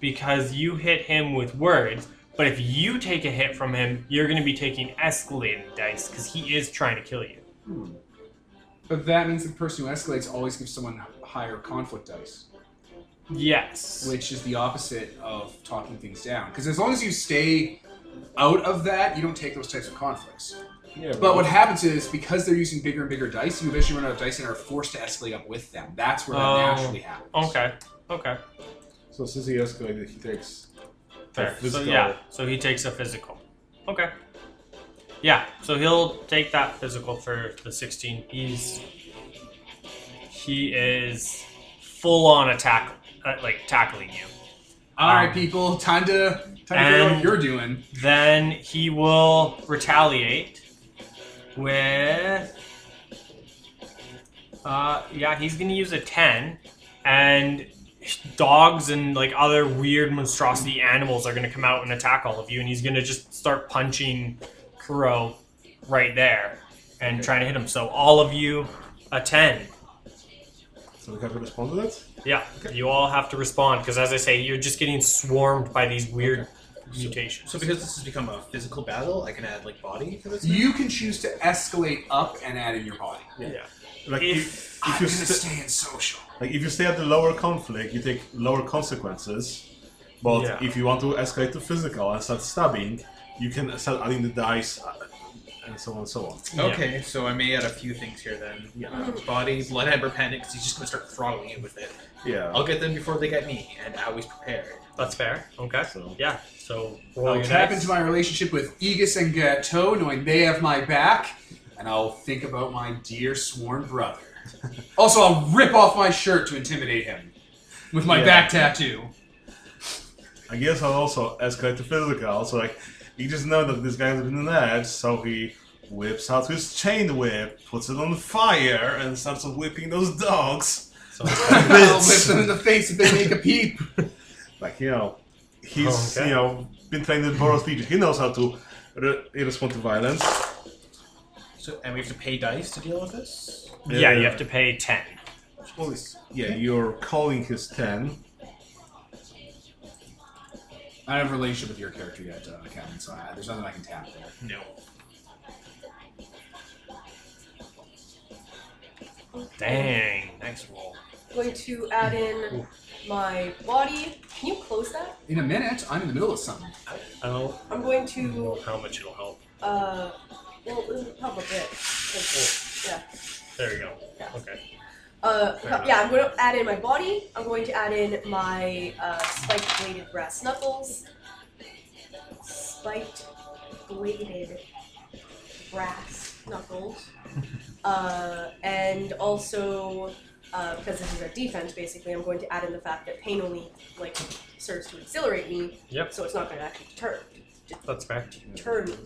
because you hit him with words. But if you take a hit from him, you're going to be taking escalated dice because he is trying to kill you. But that means the person who escalates always gives someone higher conflict dice, Yes. which is the opposite of talking things down. Because as long as you stay out of that, you don't take those types of conflicts. Yeah, But what happens is because they're using bigger and bigger dice, you eventually run out of dice and are forced to escalate up with them. That's where that Oh, naturally happens. Okay. Okay. So since he escalated, he takes. Fair. So Physical. yeah, so he takes a physical. Okay. Yeah, so he'll take that physical for the 16. He's he is full on attack uh, like tackling you. All right, Um, people, time to time to figure out and- what you're doing. Then he will retaliate with uh yeah, he's going to use a 10 and dogs and like other weird monstrosity animals are going to come out and attack all of you and he's going to just start punching Kuro right there and trying to hit him. So all of you a 10. So we have to respond to that? Yeah, you all have to respond because as I say you're just getting swarmed by these weird mutations. So because this has become a physical battle, I can add like body to this. You can choose to escalate up and add in your body. yeah. Like If- if, if I'm you gonna sta- stay in social. like if you stay at the lower conflict, you take lower consequences. But Yeah. if you want to escalate to physical and start stabbing, you can start adding the dice, uh, and so on and so on. Okay, so I may add a few things here then. Yeah. Um, Mm-hmm. body, blood amber pendant, because he's just gonna start throttling it with it. Yeah. I'll get them before they get me, and I always prepared. That's fair. Okay. So Yeah. So roll I'll your tap dice. into my relationship with Aegis and Gato, knowing they have my back, and I'll think about my dear sworn brother. also, I'll rip off my shirt to intimidate him with my Yeah. back tattoo. I guess I'll also escalate to physical. So like, you just know that this guy's been an edge, so he whips out his chain whip, puts it on fire, and starts whipping those dogs. So, uh, I'll whip them in the face if they make a peep. Like you know, he's Okay. you know been trained in Boros Legion. He knows how to re- respond to violence. So and we have to pay dice to deal with this. yeah, you have to pay ten. Well, yeah, you're calling his ten. I don't have a relationship with your character yet, uh, Captain, so I, there's nothing I can tap there. No. Dang. Nice roll. going to add in my body. Can you close that? In a minute, I'm in the middle of something. I don't I'm going to. know how much it'll help. Uh, well, it'll help a bit. Like, Oh. There you go. Yeah. Okay. Uh, Fair enough. yeah, I'm going to add in my body. I'm going to add in my uh, spiked bladed brass knuckles. Spiked bladed brass knuckles. uh, and also, uh, because this is a defense, basically, I'm going to add in the fact that pain only like serves to exhilarate me. Yep. So it's not going to actually turn That's fair. turn me.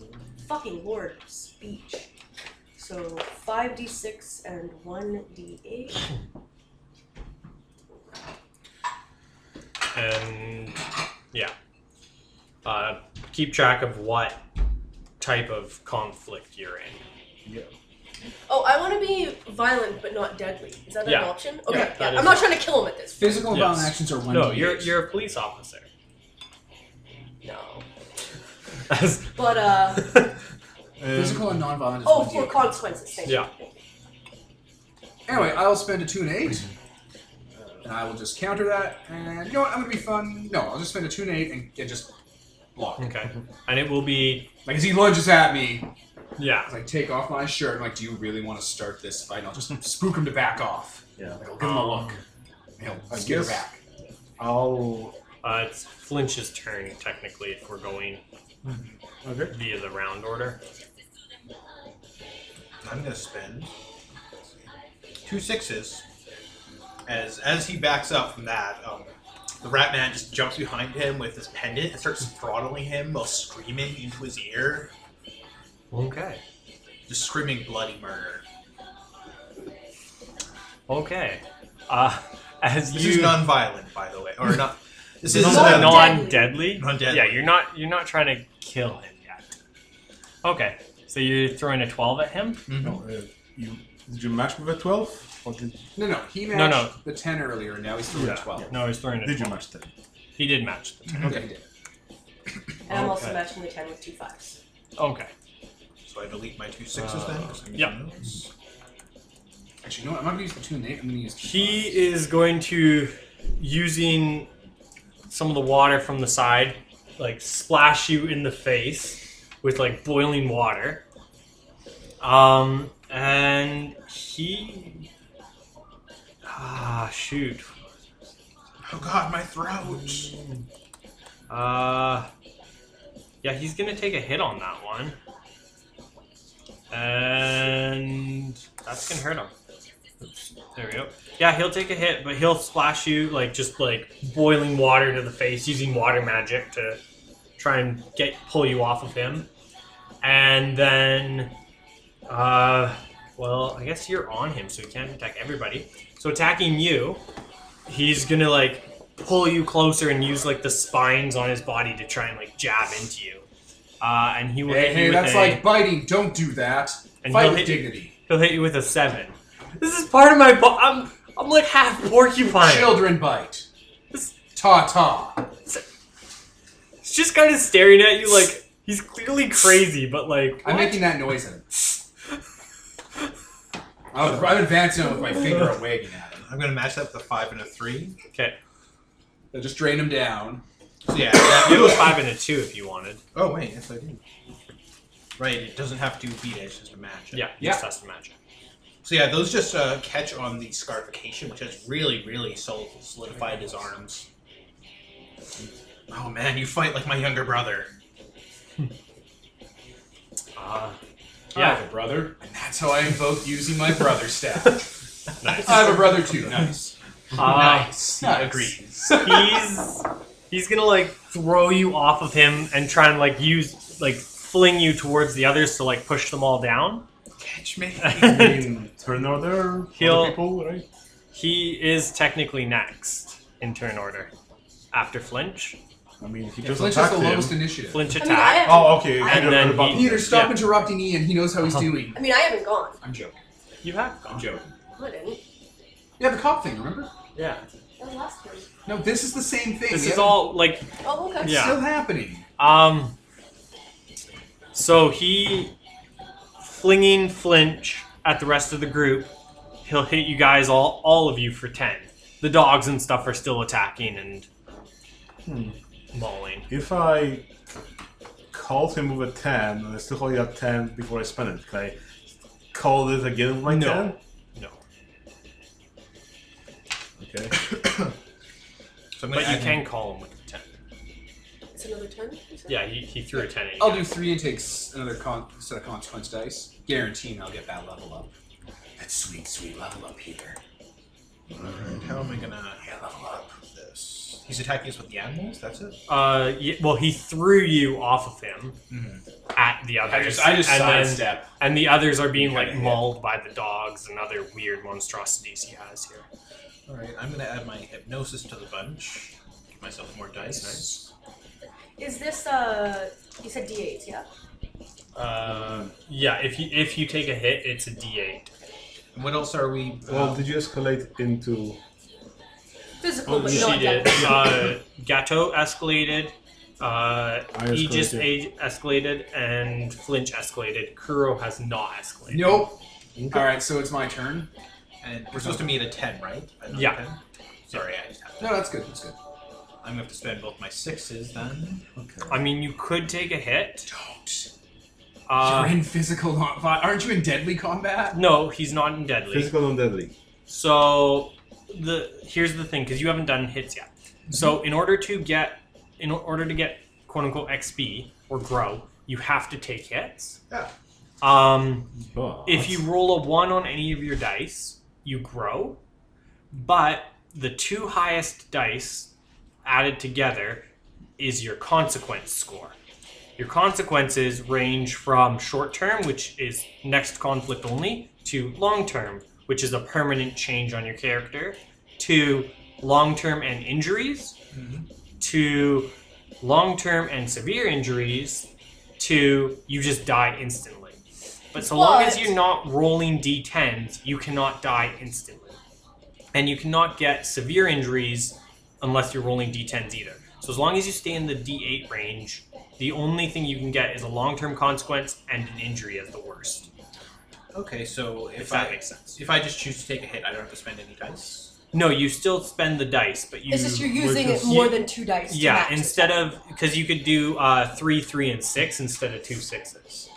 Fucking lord of speech. So 5d6 and 1d8. and yeah, uh, keep track of what type of conflict you're in. Oh, I want to be violent but not deadly. Is that Yeah. an option? Okay, that yeah. is I'm not it. trying to kill him at this. Physical and violent Yes. actions are one. No, D8. you're you're a police officer. No. As- But uh Um, physical and non-violent. Is oh, one for D8. consequences. Thank yeah, Anyway, I'll spend a two and eight, and I will just counter that. And you know what? I'm gonna be fun. No, I'll just spend a two and eight and, and just block. okay, and it will be Like as he lunges at me, yeah. as I take off my shirt, I'm like, "Do you really want to start this fight?" And I'll just spook him to back off. Yeah. Like, I'll give him a look. And he'll I skitter guess- back. I'll. Uh, it's Flinch's turn technically if we're going Okay. via the round order. I'm gonna spend two sixes. As as he backs up from that, um, the rat man just jumps behind him with his pendant and starts throttling him while screaming into his ear, Okay. just screaming bloody murder. Okay. Uh, as This you is non-violent, by the way, or not. This is This is non- non- non-deadly. Non-deadly. Yeah, you're not you're not trying to kill him yet. Okay, so you're throwing a twelve at him. Mm-hmm. No, uh, you did you match with a twelve or did, No, no, he matched No, no. the ten earlier, and now he's throwing Yeah. twelve. No, he's throwing a did you 12. match ten? He did match the time. Okay. he did. you. And I'm also Okay. matching the 10 with two fives. Okay. So I delete my two sixes Uh, then. 'cause I'm yeah. using those. Actually, you know what? I'm not gonna use the two and eight. I'm gonna use. two He fives. is going to using some of the water from the side, like splash you in the face with like boiling water. Um, and he ah shoot. Oh god, my throat! Uh, yeah, he's gonna take a hit on that one, and that's gonna hurt him. Oops. There we go. Yeah, he'll take a hit, but he'll splash you like just like boiling water to the face using water magic to try and get pull you off of him, and then, uh, well, I guess you're on him, so he can't attack everybody. So attacking you, he's gonna like pull you closer and use like the spines on his body to try and like jab into you. Uh, and he will Hey, hit hey, you with that's a, like biting. Don't do that. And Fight he'll with hit you- dignity. he'll hit you with a seven. This is part of my bo- I'm I'm like half porcupine. Children bite. Ta ta. He's just kind of staring at you like he's clearly crazy, but like I'm what? making that noise at him. I'm I'm advancing him with my finger and wagging at him. I'm gonna match that with a five and a three. okay. I just drain him down. So yeah, that- You have a five and a two if you wanted. Oh wait, yes I did. Right, it doesn't have to beat it, it's just a match. Yeah, Yeah. just has to match it. So yeah, those just uh, catch on the scarification, which has really, really sol- solidified his arms. Oh man, you fight like my younger brother. Uh, I yeah, have a brother, and that's how I invoke using my brother staff. nice. I have a brother too. Nice. Uh, nice. He nice. agrees. he's he's gonna like throw you off of him and try and like use like fling you towards the others to like push them all down. Catch me. In turn order, for He'll- the people, right? He is technically next in turn order after Flinch. I mean, he Yeah, just Flinch has attacked the lowest him. initiative. Flinch I mean, I attack. haven't, Oh, And okay. you don't then know about he- him. Peter, stop Yeah. interrupting Ian. He knows how he's doing. I mean, I haven't gone. I'm joking. You have I'm gone. joking. No, I didn't. Yeah, the cop thing. Remember? Yeah. That was last time. No, this is the same thing. This We is haven't- all like Oh, okay. It's Yeah. still happening. um. So he flinging flinch at the rest of the group. He'll hit you guys all, all of you for ten. The dogs and stuff are still attacking and mauling. If I called him with a 10, and I still only got 10 before I spent it. Can I call it again with my No. 10? No. Okay. So I'm gonna But you add- can call him with a 10. It's another 10? you said? Yeah, he, he threw a 10 at you. I'll do three and take s- another con- set of consequence dice, guaranteeing I'll get that level up. That sweet, sweet level up here. Alright, how am I gonna Yeah, level up. this? He's attacking us with the animals. That's it. Uh, ye- well, he threw you off of him at the others. Mm-hmm. I just, I just and then- sidestep. and the others are being like Kinda hit. mauled by the dogs and other weird monstrosities he has here. All right, I'm gonna add my hypnosis to the bunch. Give myself more dice. Nice. Is this, uh, you said D8, yeah? Uh, yeah, if you if you take a hit, it's a D8. And what else are we? Well, uh, did you escalate into. Physical, Oh, but yeah. not she did. dead. Uh, Gato escalated. Uh, I Aegis escalated. Age escalated and Flinch escalated. Kuro has not escalated. Nope. All right, so it's my turn. and we're supposed to meet at ten, right? Another Yeah. 10? Sorry, I just have to. No, that's good. That's good. I'm gonna have to spend both my sixes then. Okay. I mean, you could take a hit. Don't. Uh, You're in physical. non- vi- Aren't you in deadly combat? no, he's not in deadly. Physical and deadly. So the here's the thing because you haven't done hits yet. So in order to get in order to get quote unquote XP or grow, you have to take hits. Yeah. Um, But if you roll a one on any of your dice, you grow. But the two highest dice added together is your consequence score. Your consequences range from short term, which is next conflict only, to long term, which is a permanent change on your character, to long term and injuries, to long term and severe injuries, to you just die instantly. But so long as But- you're not rolling d10s, you cannot die instantly. And you cannot get severe injuries unless you're rolling d10s either. So as long as you stay in the d8 range, the only thing you can get is a long-term consequence and an injury as the worst. Okay, so if, If I that makes sense. if I just choose to take a hit, I don't have to spend any dice. No, you still spend the dice, but you It's just you're we're using just- it more you- than two dice. to yeah. match it. Instead of because you could do uh, three, three, and six instead of two sixes,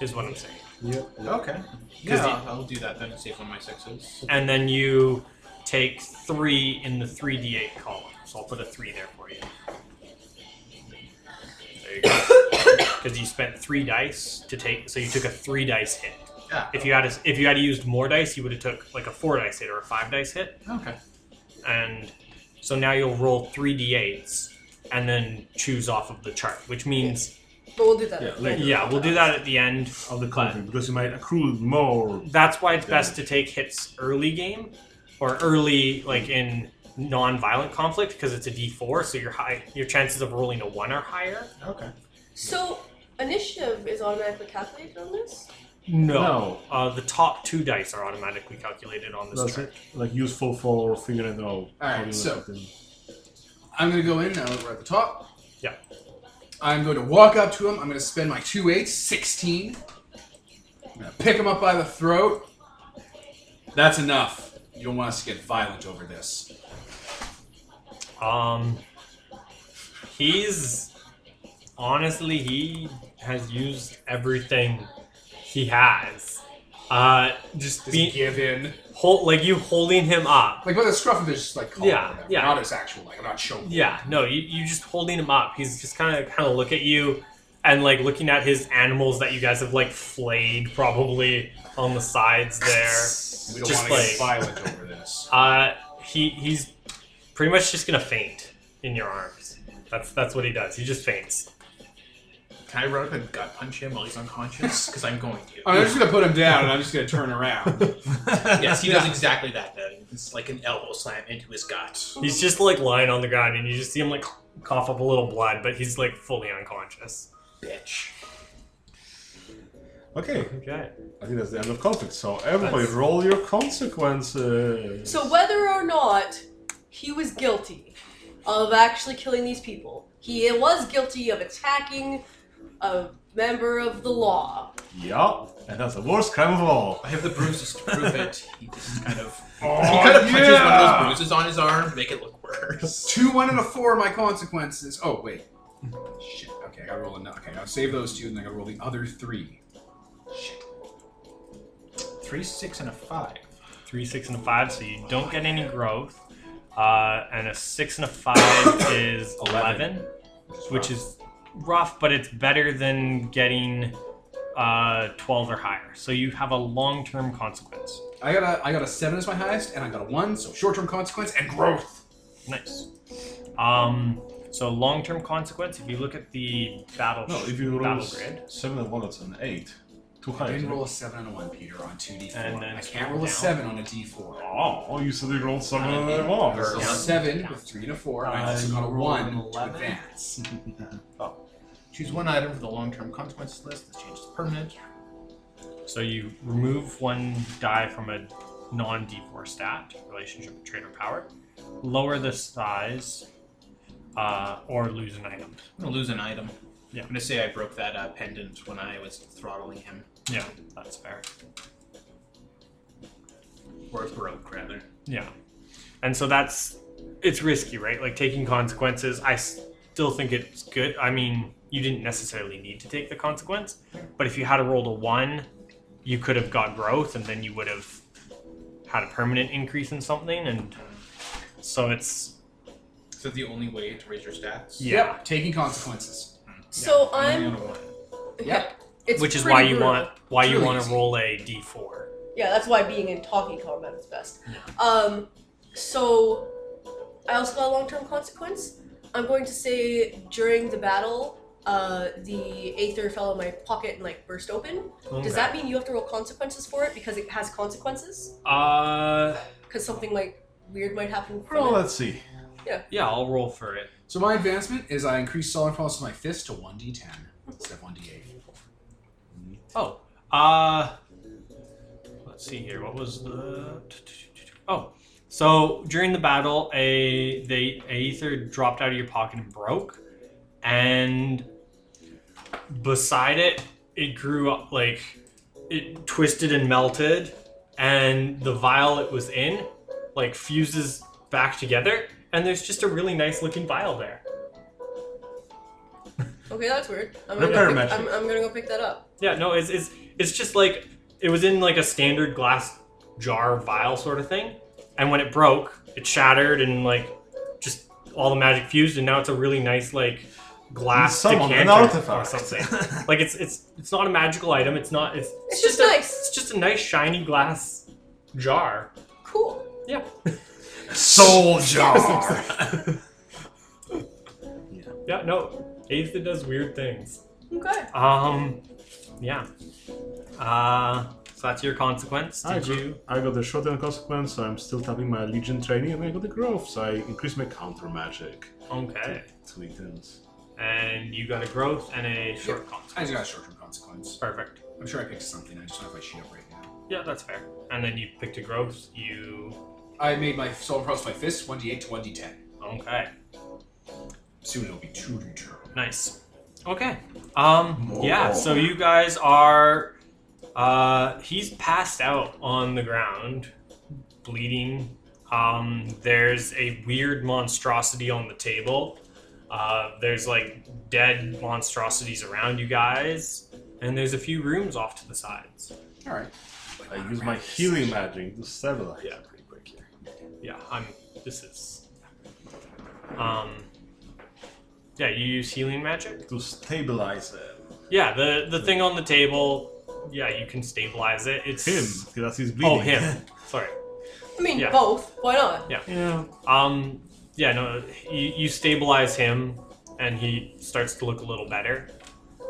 is what I'm saying. Yep. Okay. Yeah, Because I'll- I'll do that then. and Save one of my sixes. And then you take three in the three d8 column. So I'll put a three there for you. There you go. Because you spent three dice to take, so you took a three dice hit. Yeah. If you had a, if you had used more dice, you would have took like a four dice hit or a five dice hit. Okay. and so now you'll roll three d8s and then choose off of the chart, which means But we'll do that. Yeah, at the later. end. yeah, we'll do that at the end. Of the content, because you might accrue more. That's why it's best to take hits early game or early like in non-violent conflict because it's a d4, so your high your chances of rolling a one are higher. Okay. So, initiative is automatically calculated on this? No, No. Uh, the top two dice are automatically calculated on this That's chart. it. Like useful for finger and all. All right, so- I'm gonna go in now. that We're at the top. Yeah. I'm going to walk up to him. I'm going to spend my two eights, 16. I'm going to pick him up by the throat. That's enough. You don't want us to get violent over this. Um, he's honestly he has used everything he has. Uh, just Just be give in. hold, like you holding him up. Like, but the scruff of his just like collar or Yeah, whatever, yeah. Not his actual, like, I'm not choking. Yeah, no, you you just holding him up. He's just kind of kind of look at you and like looking at his animals that you guys have like flayed probably on the sides there. We don't Just want to get like- violent over this. Uh, he he's pretty much just gonna faint in your arms. That's that's what he does. He just faints. Can I run up and gut punch him while he's unconscious? Because I'm going to. I'm just going to put him down and I'm just going to turn around. yes, he does exactly that. Then it's like an elbow slam into his gut. He's just like lying on the ground, and you just see him like cough up a little blood, but he's like fully unconscious. Bitch. Okay, Okay. I think that's the end of conflict. So everybody, That's- roll your consequences. So, whether or not he was guilty of actually killing these people, he was guilty of attacking a member of the law. Yeah, and that's the worst crime of all. I have the bruises to prove it. He just kind of Oh, He kind of punches one of those bruises on his arm to make it look worse. Two, one, and a four are my consequences. Oh, wait. Shit. Okay, I gotta roll another. Okay, I'll save those two, and then I gotta roll the other three. Shit. Three, six, and a five. Three, six, and a five, so you don't get any growth. Uh, and a six and a five is 11, Eleven. which is rough, but it's better than getting uh, 12 or higher. So you have a long term consequence. I got a I got a seven as my highest, and I got a one, so short term consequence and growth. Nice. Um, so long term consequence, if you look at the battle, No, if you roll battle s- grid, seven and one, it's an eight. Too I high. didn't roll a seven and a one, Peter, on two D And four. then I can't roll a down. seven on a D four. Oh, oh, you said you rolled seven Uh, and a So one. down. seven with three and a four, and I Uh, also got a you roll an one to 11. advance. Choose one item for the long-term consequences list. This change is permanent. so you remove one die from a non D4 stat relationship trade or power, lower the size, uh, or lose an item. I'm gonna lose an item. Yeah. I'm gonna say I broke that uh, pendant when I was throttling him, Yeah, that's fair. or broke rather. Yeah. And so that's it's risky, right? Like taking consequences. I still think it's good. I mean, you didn't necessarily need to take the consequence, but if you had rolled a one, you could have got growth, and then you would have had a permanent increase in something. And so it's Is that the only way to raise your stats? yeah, Yep, taking consequences. So Only I'm. on a one. Yep. It's which is pretty why you brutal. want why It's you really want to easy. roll a d four. Yeah, that's why being in talking combat is best. Um, so I also got a long-term consequence. I'm going to say during the battle, uh, the aether fell in my pocket and like burst open. Does that mean you have to roll consequences for it because it has consequences? Uh, Because something like weird might happen. From Well, it? let's see. yeah, I'll roll for it. So my advancement is I increase solid pulse of my fist to one D ten instead of one D eight. Oh, uh, let's see here. What was the? Oh, so during the battle, a the a ether dropped out of your pocket and broke, and beside it, it grew up like it twisted and melted, and the vial it was in, like fuses back together, and there's just a really nice looking vial there. Okay, that's weird. I'm They're gonna, go pick, parametric. I'm, I'm gonna go pick that up. Yeah, no, it's it's it's just like it was in like a standard glass jar vial sort of thing, and when it broke, it shattered and like just all the magic fused, and now it's a really nice like glass Someone, an decanter or artifact. something. like it's it's it's not a magical item. It's not. It's it's, It's just a, nice. It's just a nice shiny glass jar. Cool. Yeah. Soul jar. Yeah. No, Aether does weird things. Okay. Um, yeah. Uh, so that's your consequence. Did I got, you? I got the short-term consequence, so I'm still tapping my Legion training, and I got the growth, so I increase my counter magic. Okay. To intense. and you got a growth and a short consequence. I just got a short term consequence. Perfect. I'm sure I picked something. I just don't have my sheet up right now. Yeah, that's fair. And then you picked a growth. You I made my solid pulse of my fist one D eight to one D ten. okay? Soon it'll be two D turn. Nice. Okay. Um. Yeah. So you guys are. Uh, he's passed out on the ground, bleeding. Um, there's a weird monstrosity on the table. Uh, there's like dead monstrosities around you guys, and there's a few rooms off to the sides. All right. I use my healing magic to stabilize. Yeah. pretty quick here. yeah, I'm. This is. Um. Yeah, you use healing magic. To stabilize it. Yeah, the the thing on the table. Yeah, you can stabilize it. It's Him, because he's bleeding. Oh, him. Sorry. I mean, Yeah. both. Why not? Yeah. Um. Yeah. No. You, you stabilize him, and he starts to look a little better.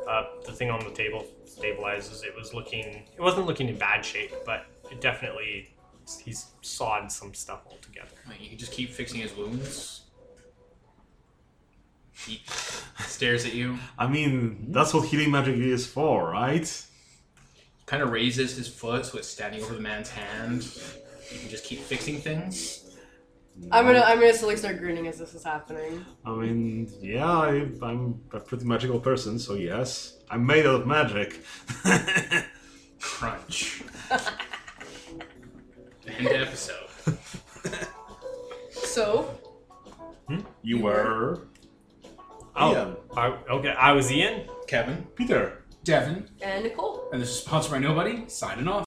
Uh, the thing on the table stabilizes. It was looking. It wasn't looking in bad shape, but it definitely. He's sawed some stuff altogether. Like, you can just keep fixing his wounds. He stares at you, I mean, that's what healing magic is for, right? kind of raises his foot so it's standing over the man's hand. You can just keep fixing things. I'm gonna I'm gonna slowly start grinning as this is happening. I mean, yeah, I, I'm a pretty magical person, so yes, I'm made out of magic. Crunch. End episode. So You were. Oh, Yeah. I I was Ian. Kevin. Peter. Devin, And Nicole. and this is sponsored by nobody, signing off.